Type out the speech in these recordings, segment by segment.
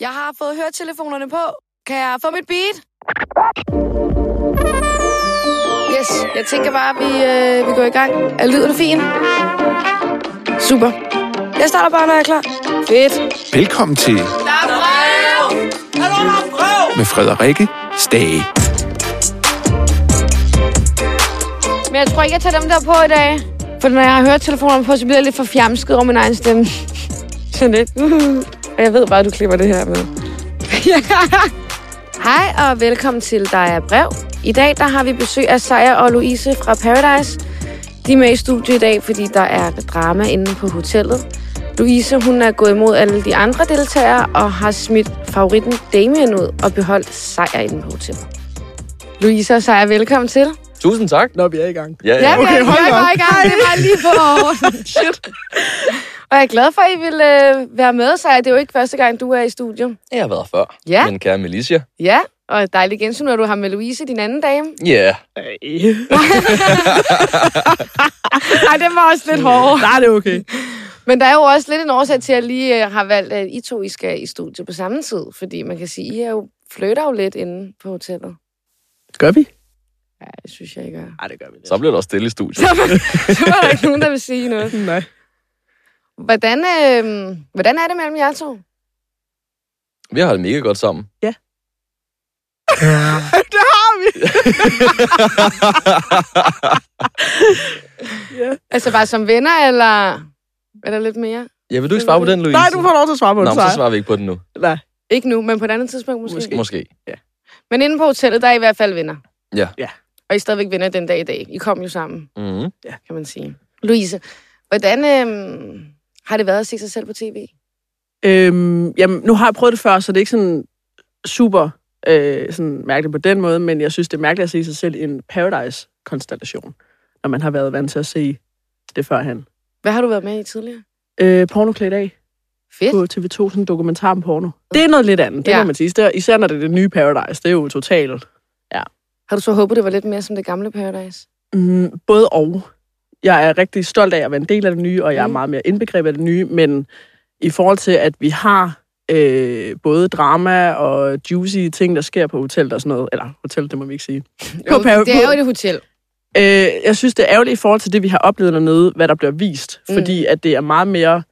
Jeg har fået høretelefonerne på. Kan jeg få mit beat? Yes, jeg tænker bare, at vi, øh, vi går i gang. Er lyden fin? Super. Jeg starter bare, når jeg er klar. Fedt. Velkommen til Der er brev! med Frederikke Stage. Men jeg tror ikke, jeg tager dem der på i dag. For når jeg har høretelefonerne på, så bliver jeg lidt for fjamsket over min egen stemme. Sådan lidt. uh. Og jeg ved bare, at du klipper det her med. Hej og velkommen til Der er brev. I dag der har vi besøg af Sejer og Louise fra Paradise. De er med i studiet i dag, fordi der er drama inde på hotellet. Louise hun er gået imod alle de andre deltagere og har smidt favoritten Damien ud og beholdt Sejer inde på hotellet. Louise og Sejer, velkommen til. Tusind tak. Nå, vi er i gang. Ja, okay, men hold jeg var i gang. Det var lige på Shit. Og jeg er glad for, at I vil øh, være med, så det er jo ikke første gang, du er i studiet. Jeg har været før. Ja. Men kære Melissa. Ja, og dejligt gensyn, når du har med Louise, din anden dame. Ja. Yeah. Nej, det var også lidt hårdt. Nej, det er okay. Men der er jo også lidt en årsag til, at jeg lige øh, har valgt, at I to I skal i studiet på samme tid. Fordi man kan sige, I er jo flytter jo lidt inde på hotellet. Gør vi? Ja, det synes jeg ikke er. Nej, det gør vi. Så blev der også stille i studiet. Så, så var der ikke nogen, der vil sige noget. Nej. Hvordan, øh, hvordan er det mellem jer to? Vi har holdt mega godt sammen. det har vi. Altså bare som venner, eller er der lidt mere? Ja, vil du ikke svare på den, Louise? Nej, du får lov til at svare på det, Nå, men så Sara. svarer vi ikke på den nu. Nej. Ikke nu, men på et andet tidspunkt måske. Måske. måske. Måske. Men inde på hotellet, der er I i hvert fald venner. Ja. Ja. Og I er stadigvæk venner den dag i dag. I kom jo sammen, Mm-hmm. kan man sige. Louise, hvordan øhm, har det været at se sig selv på tv? Øhm, jamen, nu har jeg prøvet det før, så det er ikke sådan super øh, sådan mærkeligt på den måde, men jeg synes, det er mærkeligt at se sig selv i en Paradise-konstellation, når man har været vant til at se det førhen. Hvad har du været med i tidligere? Øh, porno klædt af Fedt. på TV2, sådan en dokumentar om porno. Det er noget lidt andet, det Ja. ja. må man sige. Det er- Især når det er det nye Paradise, det er jo totalt Har du så håbet, det var lidt mere som det gamle Paradise? Mm, både og. Jeg er rigtig stolt af at være en del af det nye, og jeg er Mm. meget mere indbegrebet af det nye, men i forhold til, at vi har øh, både drama og juicy ting, der sker på hotellet og sådan noget, eller hotel, det må vi ikke sige. På Paradise- det er jo et hotel. Øh, jeg synes, det er ærgerligt i forhold til det, vi har oplevet dernede, hvad der bliver vist, Mm. mm. fordi at det er meget mere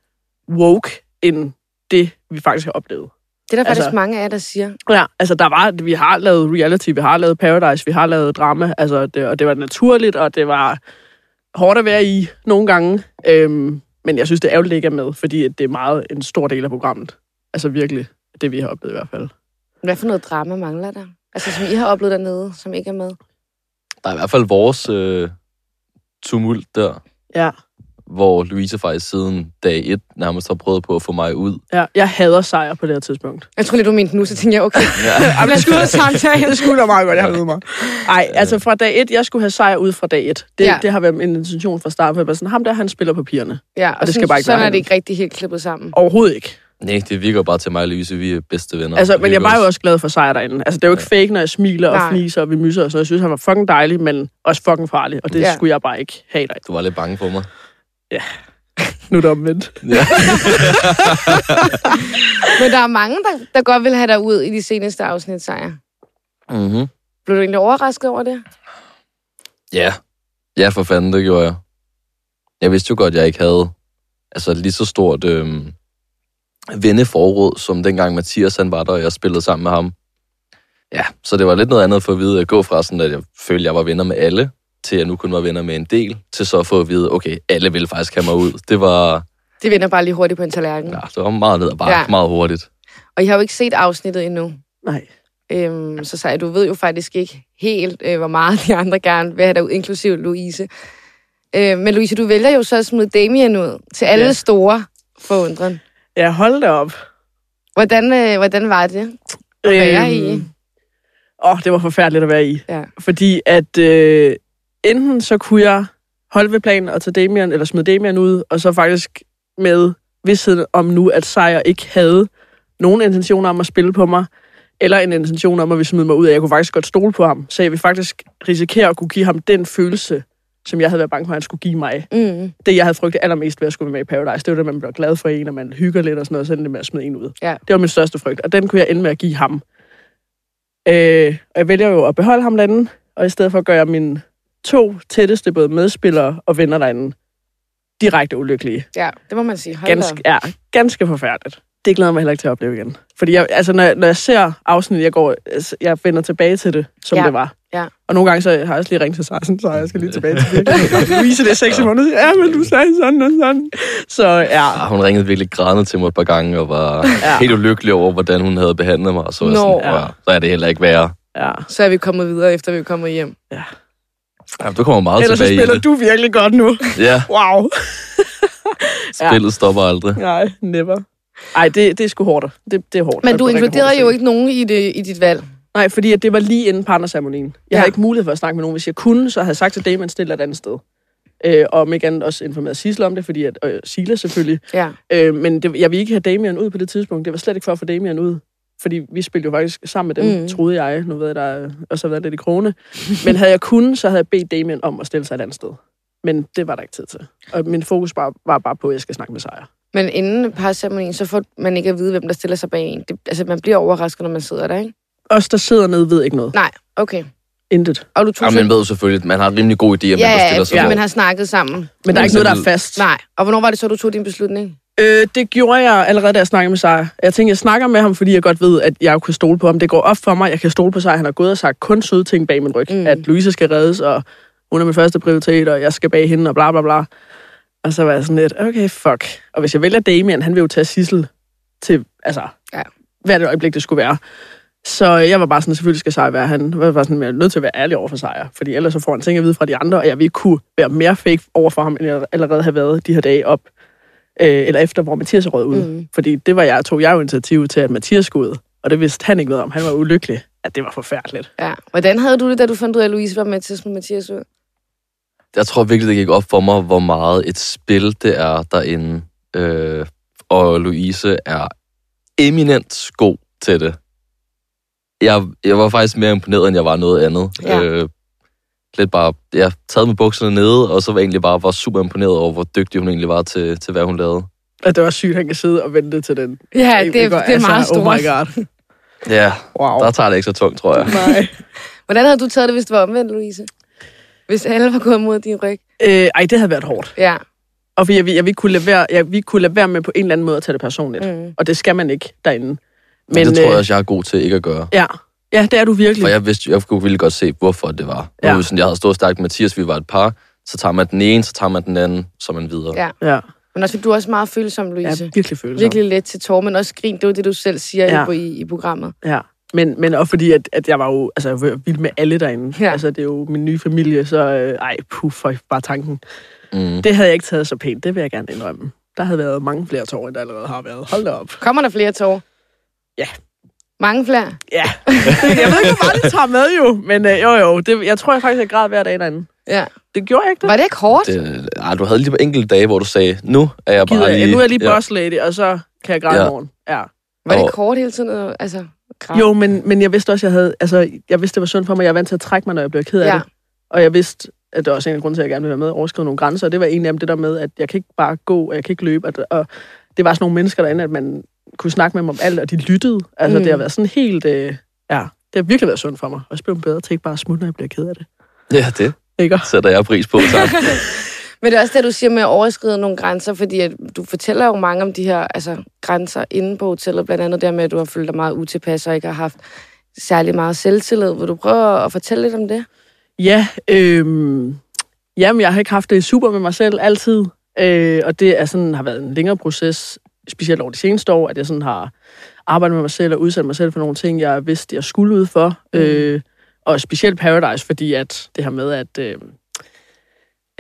woke, end det, vi faktisk har oplevet. Det er der faktisk Altså- mange af jer, der siger. Ja, altså der var, vi har lavet reality, vi har lavet Paradise, vi har lavet drama, altså, det, og det var naturligt, og det var hårdt at være i nogle gange. Øhm, men jeg synes, det er ærgerligt ikke er med, fordi at det er meget en stor del af programmet. Altså virkelig, det vi har oplevet i hvert fald. Hvad for noget drama mangler der? Altså, som I har oplevet dernede, som ikke er med. Der er i hvert fald vores øh, tumult der, Ja. hvor Louise faktisk siden dag 1 nærmest har prøvet på at få mig ud. ja jeg hader sejr på det her tidspunkt. Jeg tror lige, du mente nu, så tænkte jeg, okay, Ja. lad os gå ud og samtale. Det skulle da meget godt, jeg har mig. Nej, altså fra dag et, jeg skulle have sejr ud fra dag et. Det, Ja. ja. det har været min intention fra starten, for jeg var sådan, ham der, han spiller papirerne. Ja, og, og det det skal sådan, bare ikke sådan være er det andet. ikke rigtig helt klippet sammen. Overhovedet ikke. Nej, det virker bare til mig og Louise, vi er bedste venner. Altså, Det men jeg virker var jo også glad for sejr derinde. Altså, det er jo ikke fake, når jeg smiler Nej. og fniser og vi myser og sådan noget. Jeg synes, han var fucking dejlig, men også fucking farlig. Og det Ja. ja. skulle jeg bare ikke have dig. Du var lidt bange for mig. Nu er det omvendt. Ja. Men der er mange, der, der godt vil have dig ud i de seneste afsnit, sejr. mm-hmm. Blev du egentlig overrasket over det? Ja. Ja, for fanden, det gjorde jeg. Jeg vidste jo godt, at jeg ikke havde altså, lige så stort øh, venneforråd, som dengang Mathias han var der, og jeg spillede sammen med ham. Ja, så det var lidt noget andet for at vide at gå fra sådan, at jeg følte, at jeg var venner med alle, til at jeg nu kun var venner med en del, til så at få at vide, okay, alle ville faktisk have mig ud. Det var, Det vender bare lige hurtigt på en tallerken. ja, det var meget ned og bare Ja. ja. meget hurtigt. Og I har jo ikke set afsnittet endnu. Nej. Øhm, så sejr, du ved jo faktisk ikke helt, øh, hvor meget de andre gerne vil have dig ud, inklusive Louise. Øh, men Louise, du vælger jo så at smide Damien ud til alle Ja. store forundren. Ja, hold da op. Hvordan, øh, hvordan var det? være i? Åh, det var forfærdeligt at være i. Ja. Fordi at øh, enten så kunne jeg holde ved planen og tage Damian, eller smide Damian ud, og så faktisk med vidstheden om nu, at Sejr ikke havde nogen intentioner om at spille på mig, eller en intention om at vi smide mig ud af. Jeg kunne faktisk godt stole på ham, så jeg vil faktisk risikere at kunne give ham den følelse, som jeg havde været bange for, at han skulle give mig. Mm. Det, jeg havde frygtet allermest ved at skulle være med i Paradise, det var det, man bliver glad for en, og man hygger lidt og sådan noget, og så ender det med at smide en ud. Ja. Det var min største frygt, og den kunne jeg ende med at give ham. Øh, og jeg vælger jo at beholde ham derinde, og i stedet for gør jeg mine to tætteste, både medspillere og venner derinde, direkte ulykkelige. Ja, det må man sige. Hold da op. Ganske, ja, ganske forfærdeligt. Det glæder jeg mig heller ikke til at opleve igen. Fordi jeg, altså, når, jeg, når jeg ser afsnittet, jeg går, altså, jeg vender tilbage til det, som Ja. ja. det var. Ja. Og nogle gange så har jeg også lige ringet til Sarsen, så jeg skal lige tilbage til virkeligheden. Louise, det er seks måneder siden. Ja, men du sagde sådan og sådan. Så ja, Ah, hun ringede virkelig grædende til mig et par gange, og var ja. helt ulykkelig over, hvordan hun havde behandlet mig. Og så, var jeg Nå. sådan, ja. så er det heller ikke værre. ja. Så er vi kommet videre, efter vi er kommet hjem. Ja, du kommer meget Ellers så tilbage i spiller det. du virkelig godt nu. Ja, Wow. Ja. spillet stopper aldrig. Nej, never. Ej, det, det er sgu hårdt. Det, det er hårdt. Men Det du er rigtig hårdt inkluderede at jo se. ikke nogen i, det, i dit valg. Nej, fordi at det var lige inden partnerceremonien. Jeg Ja. ja. havde ikke mulighed for at snakke med nogen. Hvis jeg kunne, så havde jeg sagt til Damon, stille et andet sted. Øh, og om ikke andet også informeret Sisle om det, fordi at, øh, Sila selvfølgelig. Ja. Øh, men det, jeg ville ikke have Damian ud på det tidspunkt. Det var slet ikke for at få Damian ud. Fordi vi spillede jo faktisk sammen med dem, Mm. mm. troede jeg. Nu ved jeg, der er- også har været lidt i krone. Men havde jeg kunnet, så havde jeg bedt Damian om at stille sig et andet sted. Men det var der ikke tid til. Og min fokus var, var bare på, at jeg skal snakke med Sejr. Men inden parceremonien, så får man ikke at vide, hvem der stiller sig bag en. Det, altså, man bliver overrasket, når man sidder der, ikke? Os, der sidder nede, ved ikke noget. Nej, okay. Intet. Og du tog Ja, så- man ved jo selvfølgelig, at man har en rimelig god idé, at man ja, ja, bestiller sig. fordi over. man har snakket sammen. Men der er ikke noget, der er fast. Nej, og hvornår var det så, du tog din beslutning? Øh, det gjorde jeg allerede, da jeg snakkede med Sejr. Jeg tænkte, jeg snakker med ham, fordi jeg godt ved, at jeg jo kan stole på ham. Det går op for mig, jeg kan stole på Sejr. Han har gået og sagt kun søde ting bag min ryg. Mm. Mm. At Louise skal reddes, og hun er min første prioritet, og jeg skal bag hende, og bla bla bla. Og så var jeg sådan lidt, okay, fuck. Og hvis jeg vælger Damien, han vil jo tage Sissel til, altså, Ja. hvert et øjeblik, det skulle være. Så jeg var bare sådan, selvfølgelig skal Sejr være han. Jeg var bare sådan, jeg er nødt til at være ærlig over for Sejr, fordi ellers så får han ting at vide fra de andre, og jeg vil ikke kunne være mere fake over for ham, end jeg allerede har været de her dage op øh, eller efter, hvor Mathias er røget ud. Mhm. Mm. Fordi det var jeg, tog jeg jo initiativ til, at Mathias skulle ud, og det vidste han ikke noget om. Han var ulykkelig. Ja, det var forfærdeligt. Ja. Hvordan havde du det, da du fandt ud af, at Louise var med til at smide Mathias ud? jeg tror virkelig, det gik op for mig, hvor meget et spil det er derinde. Øh, og Louise er eminent god til det. Jeg, jeg var faktisk mere imponeret, end jeg var noget andet. Ja. Øh, lidt bare, jeg taget med bukserne nede, og så var jeg egentlig bare var super imponeret over, hvor dygtig hun egentlig var til, til hvad hun lavede. Og det var sygt, at han kan sidde og vente til den. Ja, det, Ikke? det er meget altså, stort. Oh my god. Ja, Wow. der tager det ikke så tungt, tror jeg. Nej. Hvordan havde du taget det, hvis det var omvendt, Louise? Hvis alle var gået mod din ryg? Øh, ej, det havde været hårdt. Ja. Og fordi jeg, jeg, jeg, vi kunne lade være, jeg, vi kunne lade være med på en eller anden måde at tage det personligt. Mm. Mm. Og det skal man ikke derinde. Men, det tror jeg øh, også, jeg er god til ikke at gøre. Ja. ja, det er du virkelig. For jeg vidste, jeg kunne virkelig godt se, hvorfor det var. Ja. Ja. Nu, sådan, jeg havde stået stærkt med Mathias, vi var et par. Så tager man den ene, så tager man den anden, så er man videre. Ja. Ja, Men også, fordi du er også meget følsom, jeg Louise. er virkelig følsom. Virkelig let til tårer, men også grin. Det var det, du selv siger Ja. ja. i, i programmet. Ja, men, men også fordi, at, at jeg var jo altså, jeg var vild med alle derinde. Ja. Ja. Altså, det er jo min nye familie, så øh, ej, puh, for bare tanken. Mm. Det havde jeg ikke taget så pænt, det vil jeg gerne indrømme. Der havde været mange flere tårer, end der allerede har været. Hold da op. Kommer der flere tårer? Ja. Mange flere? Ja, jeg ved ikke, hvor meget det tager med jo, men øh, jo jo, det, jeg tror jeg faktisk, jeg græd hver dag derinde. Ja. Det gjorde jeg ikke det. Var det ikke hårdt? Det, Det, ah, du havde lige på enkelte dage, hvor du sagde, nu er jeg Gider bare jeg. lige... Nu er jeg lige ja. boss lady, og så kan jeg græde Ja. i morgen. Ja. var det og- ikke hårdt hele tiden? at- Altså, krav? Jo, men, men jeg vidste også, jeg havde, altså, jeg vidste, det var sundt for mig. Jeg er vant til at trække mig, når jeg bliver ked af Ja. ja. det. Og jeg vidste, at det var også en af grunden til, at jeg gerne ville være med og overskride nogle grænser. Og det var en af dem, det der med, at jeg kan ikke bare gå, og jeg kan ikke løbe. Og, og det var sådan nogle mennesker derinde, at man kunne snakke med dem om alt, og de lyttede. Altså, Mm. mm. det har været sådan helt... Øh, ja, det har virkelig været sundt for mig. Også blevet bedre til ikke bare at smutte, når jeg bliver ked af det. Ja, det Ikke? sætter jeg pris på, tak. Men det er også det, du siger med at overskride nogle grænser, fordi at du fortæller jo mange om de her altså, grænser inde på hotellet, blandt andet der med, at du har følt dig meget utilpas og ikke har haft særlig meget selvtillid. Vil du prøve at fortælle lidt om det? Ja, øhm, jamen, jeg har ikke haft det super med mig selv altid, øh, og det er sådan, har været en længere proces, specielt over de seneste år, at jeg sådan har arbejdet med mig selv og udsat mig selv for nogle ting, jeg vidste, jeg skulle ud for. Mm. Mm. Øh, og specielt Paradise, fordi at det her med, at øh,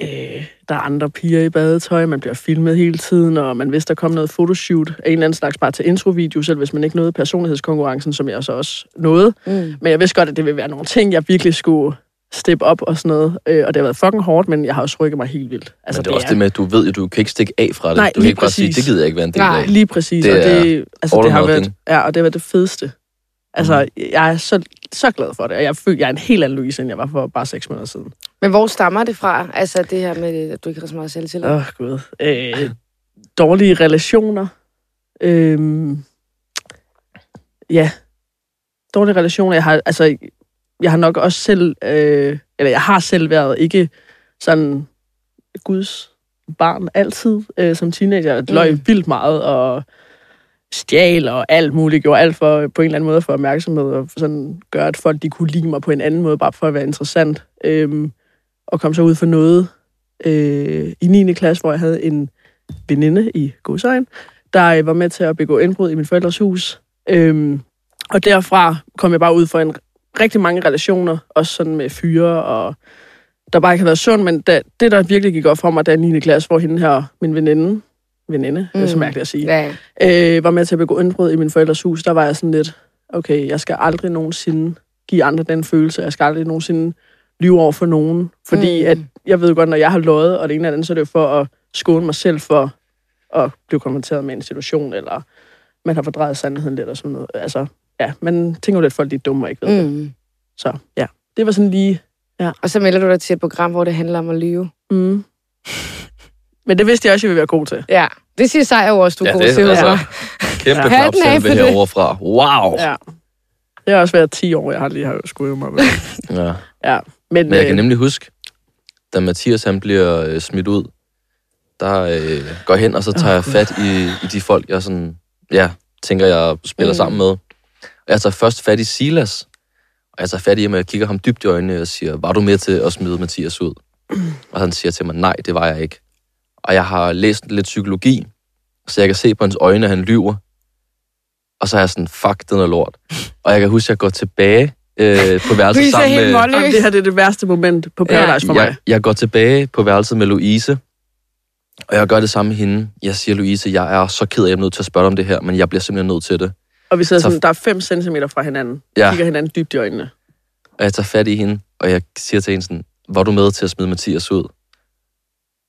øh, der er andre piger i badetøj, man bliver filmet hele tiden, og man vidste, der kom noget fotoshoot af en eller anden slags bare til introvideo, selv hvis man ikke nåede personlighedskonkurrencen, som jeg så også nåede. Mm. Men jeg vidste godt, at det ville være nogle ting, jeg virkelig skulle steppe op og sådan noget. Øh, og det har været fucking hårdt, men jeg har også rykket mig helt vildt. Altså, Men det er også det med, at du ved, at du kan ikke stikke af fra det. Nej, du kan lige ikke bare sige, præcis. det gider jeg ikke være en del Nej. af. Lige præcis, Det det og er det, altså, all det or har nothing. Mhm. været, ja, og det har været det fedeste. Altså, jeg er så, så glad for det, og jeg føler, jeg er en helt anden Louise, end jeg var for bare seks måneder siden. Men hvor stammer det fra? Altså det her med, at du ikke har så meget selvtillid. Åh, oh, gud. Øh, dårlige relationer. Øh, ja. Dårlige relationer. Jeg har, altså, jeg har nok også selv, øh, eller jeg har selv været ikke sådan Guds barn altid øh, som teenager. Jeg løj Mm. vildt meget og stjal og alt muligt. Gjorde alt for, på en eller anden måde for opmærksomhed og sådan gøre, at folk de kunne lide mig på en anden måde, bare for at være interessant. Øh, og kom så ud for noget øh, i 9. klasse, hvor jeg havde en veninde i Godsejen, der øh, var med til at begå indbrud i min forældres hus. Øhm, og derfra kom jeg bare ud for en rigtig mange relationer, også sådan med fyre, og der bare ikke har været sund, men da, det, der virkelig gik op for mig, da 9. klasse, hvor hende her, min veninde, veninde, mm. det er så Mm. mærkeligt at sige, Ja. øh, var med til at begå indbrud i min forældres hus, der var jeg sådan lidt, okay, jeg skal aldrig nogensinde give andre den følelse, jeg skal aldrig nogensinde lyve over for nogen, fordi Mm. mm. at jeg ved godt, når jeg har løjet, og det ene eller andet, så er det jo for at skåne mig selv for at blive konfronteret med en situation, eller man har fordrejet sandheden lidt og sådan noget. Altså, ja, man tænker jo lidt, at folk de er dumme og ikke ved mm. Mm. Så ja, det var sådan lige... Og så melder du dig til et program, hvor det handler om at lyve. Mm. Men det vidste jeg også, jeg ville være god til. Ja, det siger sejr over, du er Ja, god det er til. altså- hva'? Kæmpe Ja. ja. Hatten af for klapsalve det. herovre fra. Wow! Ja. Ja. Det har også været 10 år, jeg har lige har skulle øve mig. med. Ja. Men, Men jeg kan øh, nemlig huske, da Mathias han bliver øh, smidt ud, der øh, går jeg hen, og så tager Åh, jeg Gud. fat i, i de folk, jeg sådan, ja, tænker, jeg spiller Mm. mm. sammen med. Og jeg tager først fat i Silas, og jeg tager fat i ham, og jeg kigger ham dybt i øjnene og siger, var du med til at smide Mathias ud? Mm. Og han siger til mig, nej, det var jeg ikke. Og jeg har læst lidt psykologi, så jeg kan se på hans øjne, at han lyver. Og så er jeg sådan, fuck, den er lort. Og jeg kan huske, at jeg går tilbage øh, på Du værelset er sammen helt med... Jamen, målløs. det her det er det værste moment på Paradise ja, for mig. Jeg, jeg går tilbage på værelset med Louise, og jeg gør det samme med hende. Jeg siger, Louise, jeg er så ked af, at jeg er nødt til at spørge dig om det her, men jeg bliver simpelthen nødt til det. Og vi sidder Så- sådan, der er 5 cm fra hinanden. Ja. Ja. Kigger hinanden dybt i øjnene. Og jeg tager fat i hende, og jeg siger til hende sådan, var du med til at smide Mathias ud?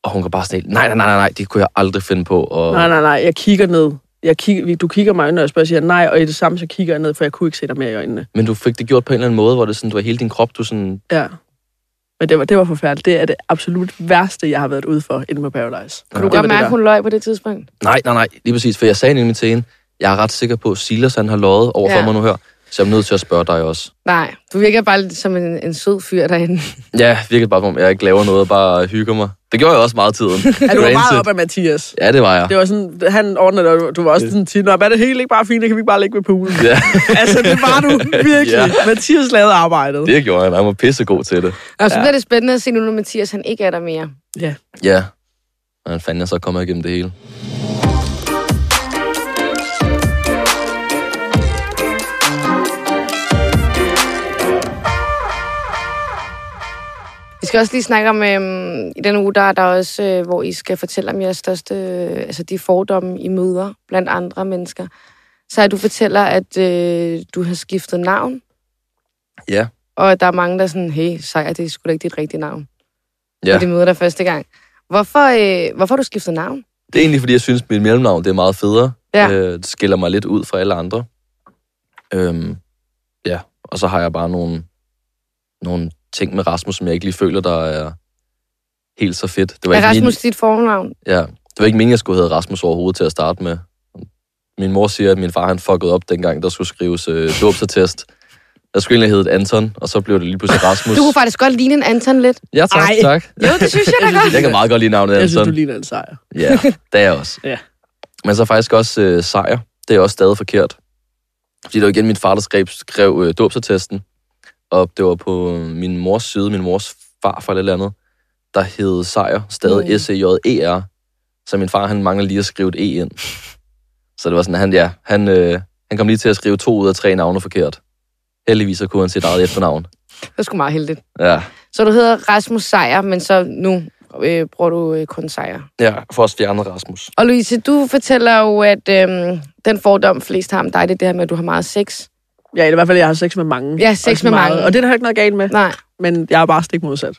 Og hun går bare sådan helt, nej, nej, nej, nej, nej, det kunne jeg aldrig finde på. Og, Nej, nej, nej, jeg kigger ned. Jeg kigger, du kigger mig i øjnene, og jeg spørger, siger nej, og i det samme, så kigger jeg ned, for jeg kunne ikke se dig mere i øjnene. Men du fik det gjort på en eller anden måde, hvor det sådan, du var hele din krop, du sådan, Ja. Men det var, det var forfærdeligt. Det er det absolut værste, jeg har været ude for inde på Paradise. Kunne Kunne du Det var godt det mærke, der. at hun løg på det tidspunkt? nej, nej, nej, lige præcis. For jeg sagde nemlig til hende, jeg er ret sikker på, at Silas han har løjet over for Ja. mig nu her, så jeg er nødt til at spørge dig også. Nej, du virker bare lidt som en, en sød fyr derinde. Ja, virkelig bare, som om jeg ikke laver noget og bare hygger mig. Det gjorde jeg også meget af tiden. Ja, du var meget Rancid. op af Mathias. Ja, det var jeg. Det var sådan, han ordnede det, og du var også sådan tit, "Nå, er det hele ikke bare fint, det kan vi ikke bare ligge ved poolen. Ja, altså, det var du virkelig. Ja. Mathias lavede arbejdet. det gjorde han. Han var pissegod til det. Og så Ja. bliver det spændende at se nu, når Mathias han ikke er der mere. Ja. Hvordan fanden jeg så kommer igennem det hele? Vi skal også lige snakke om, øhm, i denne uge, der er der også, øh, hvor I skal fortælle om jeres største, øh, altså de fordomme, I møder blandt andre mennesker. Så at du fortæller, at øh, du har skiftet navn. Ja. Og at der er mange, der er sådan, hey, sejr, det er sgu da ikke dit rigtige navn. Ja. Når de møder dig første gang. Hvorfor, øh, hvorfor har du skiftet navn? Det er egentlig, fordi jeg synes, mit mellemnavn det er meget federe. Ja. Øh, det skiller mig lidt ud fra alle andre. Øhm, ja, og så har jeg bare nogle, nogle ting med Rasmus, som jeg ikke lige føler, der er helt så fedt. Det var, Er ikke Rasmus dit fornavn? Min, ja, det var ikke meningen, jeg skulle hedde Rasmus overhovedet til at starte med. Min mor siger, at min far han fuckede op dengang, der skulle skrives øh, dåbsattest. Jeg skulle egentlig hedde Anton, og så blev det lige pludselig Rasmus. Du kunne faktisk godt ligne en Anton lidt. Ja, tak, Ej. Ej. tak. Jo, det synes jeg da godt. Jeg kan meget godt lide navnet Jeg synes, du Anton. ligner en sejr. Ja, det er jeg også. Ja. Men så faktisk også øh, sejr. Det er også stadig forkert. Fordi det var igen min far, der skrev, skrev øh, dåbsattesten. Og det var på øh, min mors side, min mors far fra et eller andet, der hed sejr, stadig Mm. mm. S-E-J-E-R. Så min far, han mangler lige at skrive et E ind. Så det var sådan, at han, ja, han, øh, han kom lige til at skrive to ud af tre navne forkert. Heldigvis så kunne han sit eget efternavn. Det var sgu meget heldigt. Ja. Så du hedder Rasmus Sejr, men så nu øh, bruger du øh, kun Sejr. ja, for at fjerne Rasmus. Og Louise, du fortæller jo, at øhm, den fordom flest har om dig, det er det her med, at du har meget sex. Ja, eller i hvert fald, jeg har sex med mange. Ja, sex Også med mange. Og det er der ikke noget galt med, Nej. men jeg er bare stik modsat.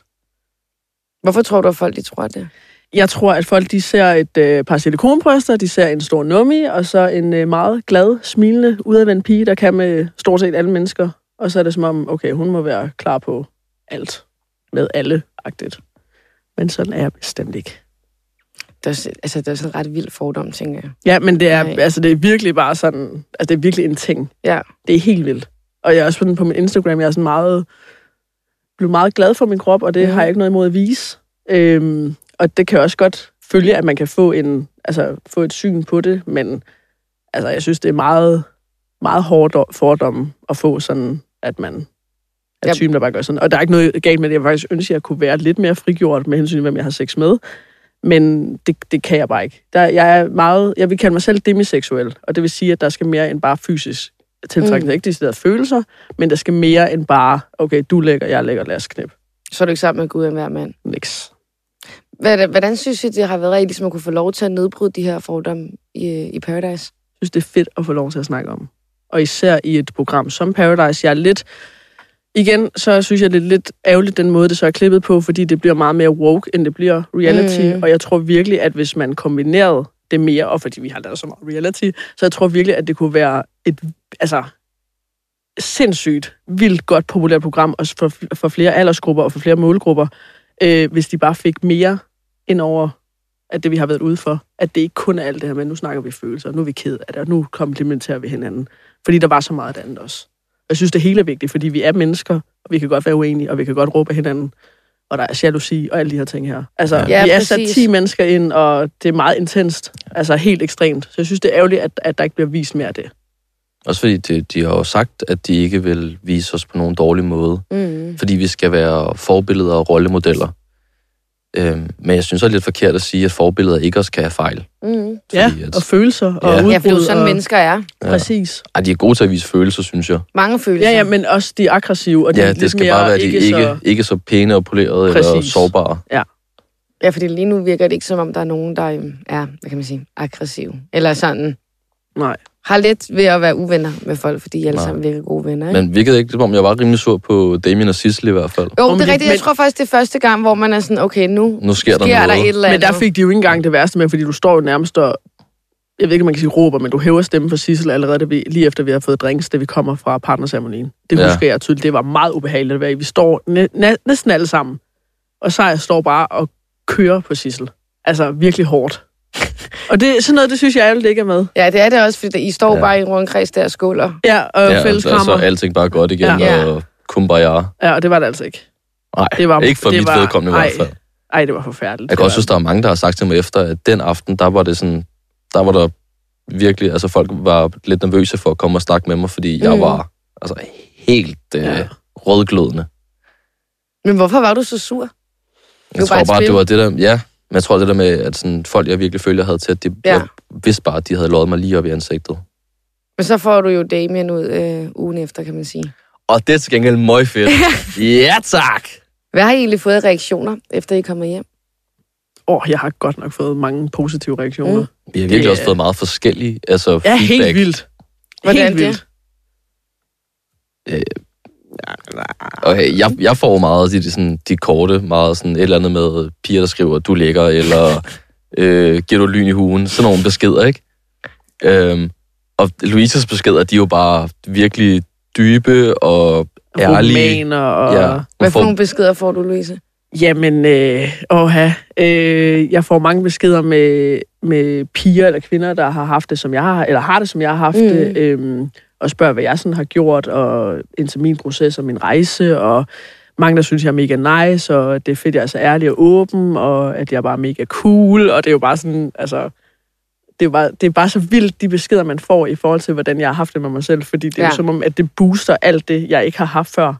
Hvorfor tror du, at folk de tror det? Jeg tror, at folk de ser et øh, par silikonbryster, de ser en stor nummi, og så en øh, meget glad, smilende, udadvendt pige, der kan med stort set alle mennesker. Og så er det som om, okay, hun må være klar på alt. med alle, agtigt. Men sådan er jeg bestemt ikke. Det er, også- altså, det er sådan en ret vild fordom, tænker jeg. Ja, men det er, Nej. altså, det er virkelig bare sådan, altså, det er virkelig en ting. Ja. Det er helt vildt. Og jeg er også sådan på min Instagram, jeg er sådan meget, blevet meget glad for min krop, og det Mhm. har jeg ikke noget imod at vise. Øhm, og det kan jeg også godt følge, at man kan få, en, altså, få et syn på det, men altså, jeg synes, det er meget, meget hårdt fordomme at få sådan, at man er Ja. typen, der bare gør sådan. Og der er ikke noget galt med det. Jeg faktisk ønsker, at jeg kunne være lidt mere frigjort med hensyn til, hvem jeg har sex med. Men det, det kan jeg bare ikke. Der, jeg er meget, jeg vil kalde mig selv demiseksuel, og det vil sige, at der skal mere end bare fysisk tiltrækning. Mm. Mm. Ikke decideret følelser, men der skal mere end bare, okay, du lægger, jeg lægger, lad os knip. Så er du ikke sammen med Gud og hver mand. Niks. Hvad- Hvordan synes I, det har været, at I ligesom har kunne få lov til at nedbryde de her fordomme i, øh, i Paradise? Jeg synes, det er fedt at få lov til at snakke om. Og især i et program som Paradise. Jeg er lidt, igen, så synes jeg, det er lidt ærgerligt, den måde, det så er klippet på, fordi det bliver meget mere woke, end det bliver reality. Mm. Mm. Og jeg tror virkelig, at hvis man kombinerede det mere, og fordi vi har lavet så meget reality, så jeg tror virkelig, at det kunne være et, altså, sindssygt, vildt godt populært program, også for, for flere aldersgrupper og for flere målgrupper, øh, hvis de bare fik mere ind over at det, vi har været ude for, at det ikke kun er alt det her med, nu snakker vi følelser, og nu er vi ked af det, og nu komplimenterer vi hinanden. Fordi der var så meget andet også. Og jeg synes, det hele er vigtigt, fordi vi er mennesker, og vi kan godt være uenige, og vi kan godt råbe af hinanden, og der er jalousi og alle de her ting her. Altså, Ja, vi er præcis. sat 10 mennesker ind, og det er meget intenst. Altså, helt ekstremt. Så jeg synes, det er ærgerligt, at, at der ikke bliver vist mere af det. Også fordi de, de har jo sagt, at de ikke vil vise os på nogen dårlig måde, Mm-hmm. Mm. fordi vi skal være forbilleder og rollemodeller. Øhm, men jeg synes også, det er lidt forkert at sige, at forbilleder ikke også kan have fejl. Mm. Ja, Fordi at- og følelser og Ja. udbrud. Ja, for det er jo sådan, og... mennesker er. Ja. Præcis. Ej, de er gode til at vise følelser, synes jeg. Mange følelser. Ja, ja, men også de er aggressive, og de Ja, er det lidt skal mere bare være, at de ikke, ikke, så... så... ikke så pæne og polerede Præcis. eller Præcis. sårbare. ja, fordi lige nu virker det ikke, som om der er nogen, der øhm, er, hvad kan man sige, aggressiv. Eller sådan, Nej. har lidt ved at være uvenner med folk, fordi I alle Nej. sammen virker gode venner, ikke? Men virkede ikke, som om jeg var rimelig sur på Damien og Sissel i hvert fald. jo, Om det er vi- rigtigt. Jeg men- tror faktisk, det er første gang, hvor man er sådan, okay, nu Nu sker, sker der noget. et eller Men andet. der fik de jo ikke engang det værste med, fordi du står jo nærmest og... Jeg ved ikke, om man kan sige råber, men du hæver stemmen for Sissel allerede, da vi, lige efter vi har fået drinks, da vi kommer fra partnerceremonien. Det Ja. husker jeg tydeligt. Det var meget ubehageligt at være i. Vi står næ- næ- næsten alle sammen. Og så jeg står bare og kører på Sissel. Altså virkelig hårdt. og det, sådan noget, det synes jeg ærgerligt ikke er med. Ja, det er det også, fordi I står ja. Ja. bare i en rundkreds der og skåler. Ja, og ja, Ja, altså, så fælleskrammer. er alting bare godt igen, Ja. ja. og kumbaya. Ja, og det var det altså ikke. Nej, Det var, ikke for det mit var, vedkommende i hvert fald. Ej, ej, det var forfærdeligt. Jeg Det kan var også synes, der er mange, der har sagt til mig efter, at den aften, der var det sådan, der var der virkelig, altså folk var lidt nervøse for at komme og snakke med mig, fordi mm. jeg Mhm. var altså helt øh, Ja. ja. rødglødende. Men hvorfor var du så sur? Jeg bare tror et bare, spil. det var det der, ja, men jeg tror det der med, at sådan, folk, jeg virkelig følte, jeg havde til, at de, Ja. ja. jeg vidste bare, at de havde lovet mig lige op i ansigtet. Men så får du jo Damien ud øh, ugen efter, kan man sige. Og det er til gengæld møgfedt. ja, tak! Hvad har I egentlig fået af reaktioner, efter I kommer hjem? Åh, jeg har godt nok fået mange positive reaktioner. Mm. Vi har virkelig Det- også fået meget forskellige altså, Ja, feedback. helt vildt. Hvordan helt det? vildt. Okay, jeg, jeg får meget de, de, sådan, de korte, meget sådan et eller andet med piger, der skriver, du ligger, eller øh, giver du lyn i hugen. Sådan nogle beskeder, ikke? Øhm, og Louises beskeder, de er jo bare virkelig dybe og ærlige. Romaner og... Ja, Ja. hun Hvad for får- nogle beskeder får du, Louise? Jamen, øh, åha, øh, jeg får mange beskeder med, med piger eller kvinder, der har haft det, som jeg har, eller har det, som jeg har haft Mm. det, øh, og spørger, hvad jeg sådan har gjort, og indtil min proces og min rejse, og mange, der synes, jeg er mega nice, og det er fedt, jeg er så ærlig og åben, og at jeg bare er mega cool, og det er jo bare sådan, altså, det er, bare, det er bare så vildt, de beskeder, man får i forhold til, hvordan jeg har haft det med mig selv, fordi det er Ja. jo som om, at det booster alt det, jeg ikke har haft før.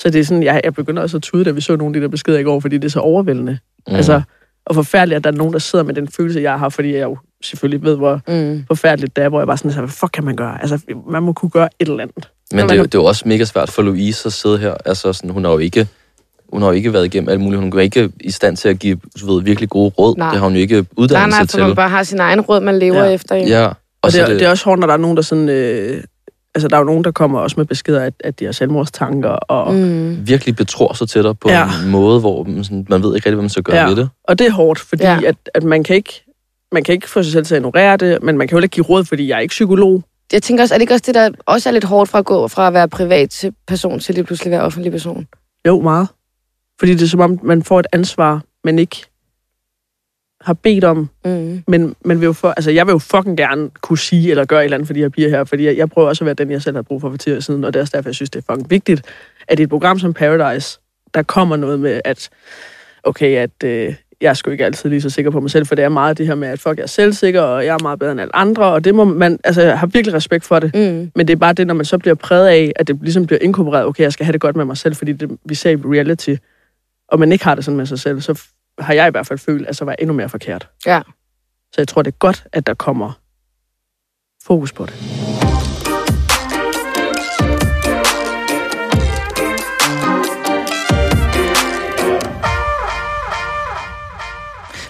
Så det er sådan, jeg, jeg begynder også at tude, da vi så nogle af de der beskeder i går, fordi det er så overvældende. Mm. Altså, og forfærdeligt, at der er nogen, der sidder med den følelse, jeg har, fordi jeg jo selvfølgelig ved, hvor Mm. forfærdeligt det er, hvor jeg bare sådan, så, hvad fuck kan man gøre? Altså, man må kunne gøre et eller andet. Men det, er jo- det er jo også mega svært for Louise at sidde her. Altså, sådan, hun har jo ikke hun har jo ikke været igennem alt muligt. Hun er ikke i stand til at give du ved, virkelig gode råd. Nej. Det har hun jo ikke Nej, uddannelse nej, for man til. bare har sin egen råd, man lever Ja. efter. jo. Ja, Og, og så det, er er, det... det er også hårdt, når der er nogen, der sådan... Øh, altså, der er jo nogen, der kommer også med beskeder, at, at de har selvmordstanker, og, mm. Mm. virkelig betror sig til dig på Ja. ja. en måde, hvor man, sådan, man ved ikke rigtig, hvad man skal gøre ja. Ja. ved det. og det er hårdt, fordi Ja. ja. at, at man kan ikke... Man kan ikke få sig selv til at ignorere det, men man kan heller ikke give råd, fordi jeg er ikke psykolog. Jeg tænker også, er det ikke også det, der også er lidt hårdt fra at gå fra at være privat til person til lige pludselig at være offentlig person? Jo, meget. Fordi det er som om, man får et ansvar, man ikke har bedt om. Mm. Men man vil jo for, altså, jeg vil jo fucking gerne kunne sige eller gøre et eller andet for de her piger her, fordi jeg, jeg prøver også at være den, jeg selv har brug for for 10 år siden, og det er også derfor, jeg synes, det er fucking vigtigt, at i et program som Paradise, der kommer noget med, at okay, at øh, jeg er sgu ikke altid lige så sikker på mig selv, for det er meget det her med, at fuck, jeg er selvsikker, og jeg er meget bedre end alle andre, og det må man, altså, jeg har virkelig respekt for det. Mm. Men det er bare det, når man så bliver præget af, at det ligesom bliver inkorporeret, okay, jeg skal have det godt med mig selv, fordi det, vi ser i reality, og man ikke har det sådan med sig selv, så f- har jeg i hvert fald følt, at så var jeg endnu mere forkert. Ja. Så jeg tror, det er godt, at der kommer fokus på det.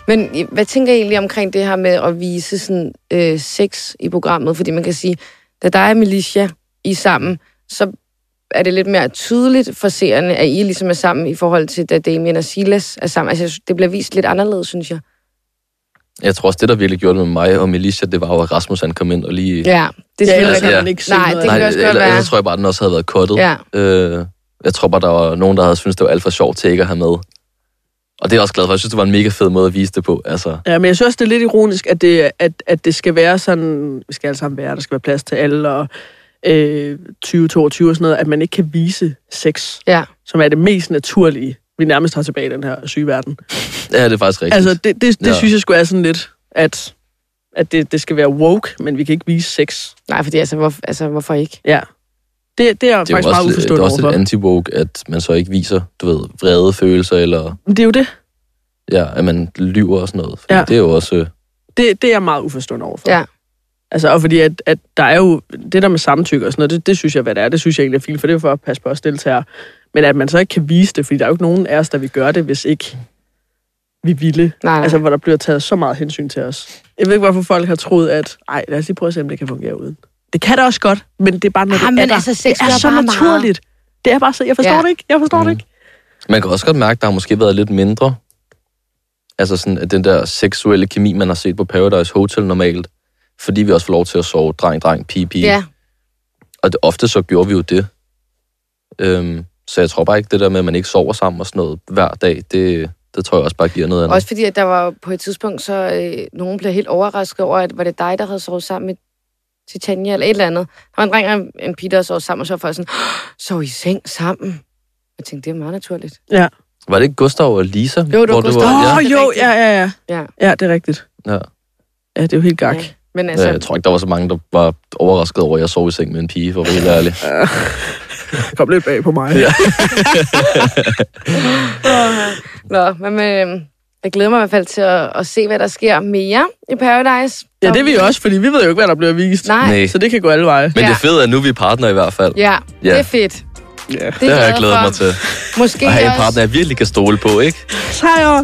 Men i- hvad tænker I egentlig omkring det her med at vise sådan, øh, sex i programmet? Fordi man kan sige, da dig og Militia I er sammen, så er det lidt mere tydeligt for seerne, at I ligesom er sammen i forhold til, da Damien og Silas er sammen. Altså, jeg synes, det bliver vist lidt anderledes, synes jeg. Jeg tror også, det, der virkelig gjorde det med mig og Melissa, det var jo, at Rasmus han kom ind og lige... Ja, det er Ja, selvfølgelig ellers altså, kan rigtigt. ja. man ikke se Nej, noget. det kan af Nej. også godt eller, være. ellers tror jeg bare, at den også havde været kottet. Ja. Øh, jeg tror bare, der var nogen, der havde syntes, det var alt for sjovt til ikke at have med. Og det er jeg også glad for. Jeg synes, det var en mega fed måde at vise det på. Altså, Ja, men jeg synes også, det er lidt ironisk, at det, at, at det skal være sådan, vi skal alle sammen være, der skal være plads til alle, og øh, 2022 og sådan noget, at man ikke kan vise sex, Ja. som er det mest naturlige, vi nærmest har tilbage i den her syge verden. ja, det er faktisk rigtigt. Altså, det, det, det Ja. ja. synes jeg skulle er sådan lidt, at, at det, det skal være woke, men vi kan ikke vise sex. Nej, fordi altså, hvor, altså hvorfor ikke? Ja. Det, det er jeg det er faktisk jo meget også, det er uforstående også overfor. lidt anti at man så ikke viser, du ved, vrede følelser, eller Men Det er jo det. ja, at man lyver og sådan noget. Fordi Ja. ja. det er jo også... øh, det. Det er jeg meget uforstående overfor. Ja. Altså, og fordi at, at der er jo, det der med samtykke og sådan noget, det, det synes jeg, hvad det er, det synes jeg egentlig er fint, for det er for at passe på os deltagere. Men at man så ikke kan vise det, fordi der er jo ikke nogen af os, der vil gøre det, hvis ikke vi ville. Nej, nej. Altså, hvor der bliver taget så meget hensyn til os. Jeg ved ikke, hvorfor folk har troet, at, ej, lad os lige prøve at se, om det kan fungere uden. Det kan det også godt, men det er bare, når Ah, det er men der. altså, sex det er gør så bare naturligt. Det er bare så, jeg forstår Ja. det ikke, jeg forstår det Mm. ikke. Man kan også godt mærke, at der har måske været lidt mindre. Altså sådan, at den der seksuelle kemi, man har set på Paradise Hotel normalt, fordi vi også får lov til at sove dreng, dreng, pige, pige. Ja, Og det, ofte så gjorde vi jo det. Øhm, så jeg tror bare ikke, det der med, at man ikke sover sammen og sådan noget hver dag, det, det tror jeg også bare giver noget andet. også fordi, at der var på et tidspunkt, så øh, nogen blev helt overrasket over, at var det dig, der havde sovet sammen med Titania eller et eller andet. Der var en dreng og en- en pige, der sov sammen, og så var folk sådan, "Åh, sov I i seng sammen? Jeg tænkte, det er meget naturligt. Var det ikke Gustav og Lisa? det var Gustav. Åh, ja, Åh, oh, det er jo, rigtigt. ja, ja, ja. Ja. Ja, det er rigtigt. Ja. Ja, det er jo helt gak. Ja. Men altså, altså... Jeg tror ikke, der var så mange, der var overrasket over, at jeg sov i seng med en pige, for at være helt ærlig. Kom lidt bag på mig. Ja. Nå, men øh, jeg glæder mig i hvert fald til at, at se, hvad der sker mere i Paradise. Ja, det er vi også, fordi vi ved jo ikke, hvad der bliver vist. Nej, Nej. Så det kan gå alle veje. Men Ja. det fede er, at nu er vi partner i hvert fald. ja, Ja. det er fedt. Ja. er Det har jeg glad glædet for. mig til. Måske, At have en partner, også, jeg virkelig kan stole på, ikke? Sejr!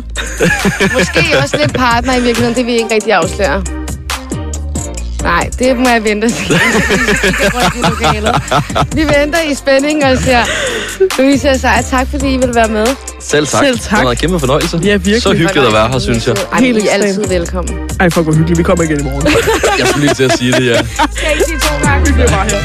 måske også lidt partner i virkeligheden, det vil jeg ikke rigtig afsløre. Nej, det må jeg vente og se, hvis vi kigger rundt i lokalet. Vi venter i spænding og ser. Louise og Sejr, tak fordi I vil være med. Selv tak. Selv tak. Det var en kæmpe fornøjelse. Ja, virkelig. Så hyggeligt at være her, synes jeg. Ej, Helt I er ekstremt. altid velkommen. Ej, fuck, hvor hyggeligt. Vi kommer igen i morgen. Jeg skulle lige til at sige det, ja. Skal ikke sige to gange? Det var her.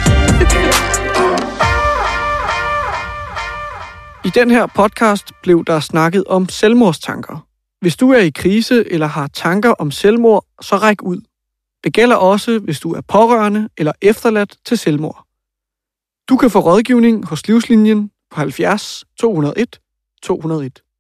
I den her podcast blev der snakket om selvmordstanker. Hvis du er i krise eller har tanker om selvmord, så ræk ud. Det gælder også, hvis du er pårørende eller efterladt til selvmord. Du kan få rådgivning hos Livslinjen på 70 201 201.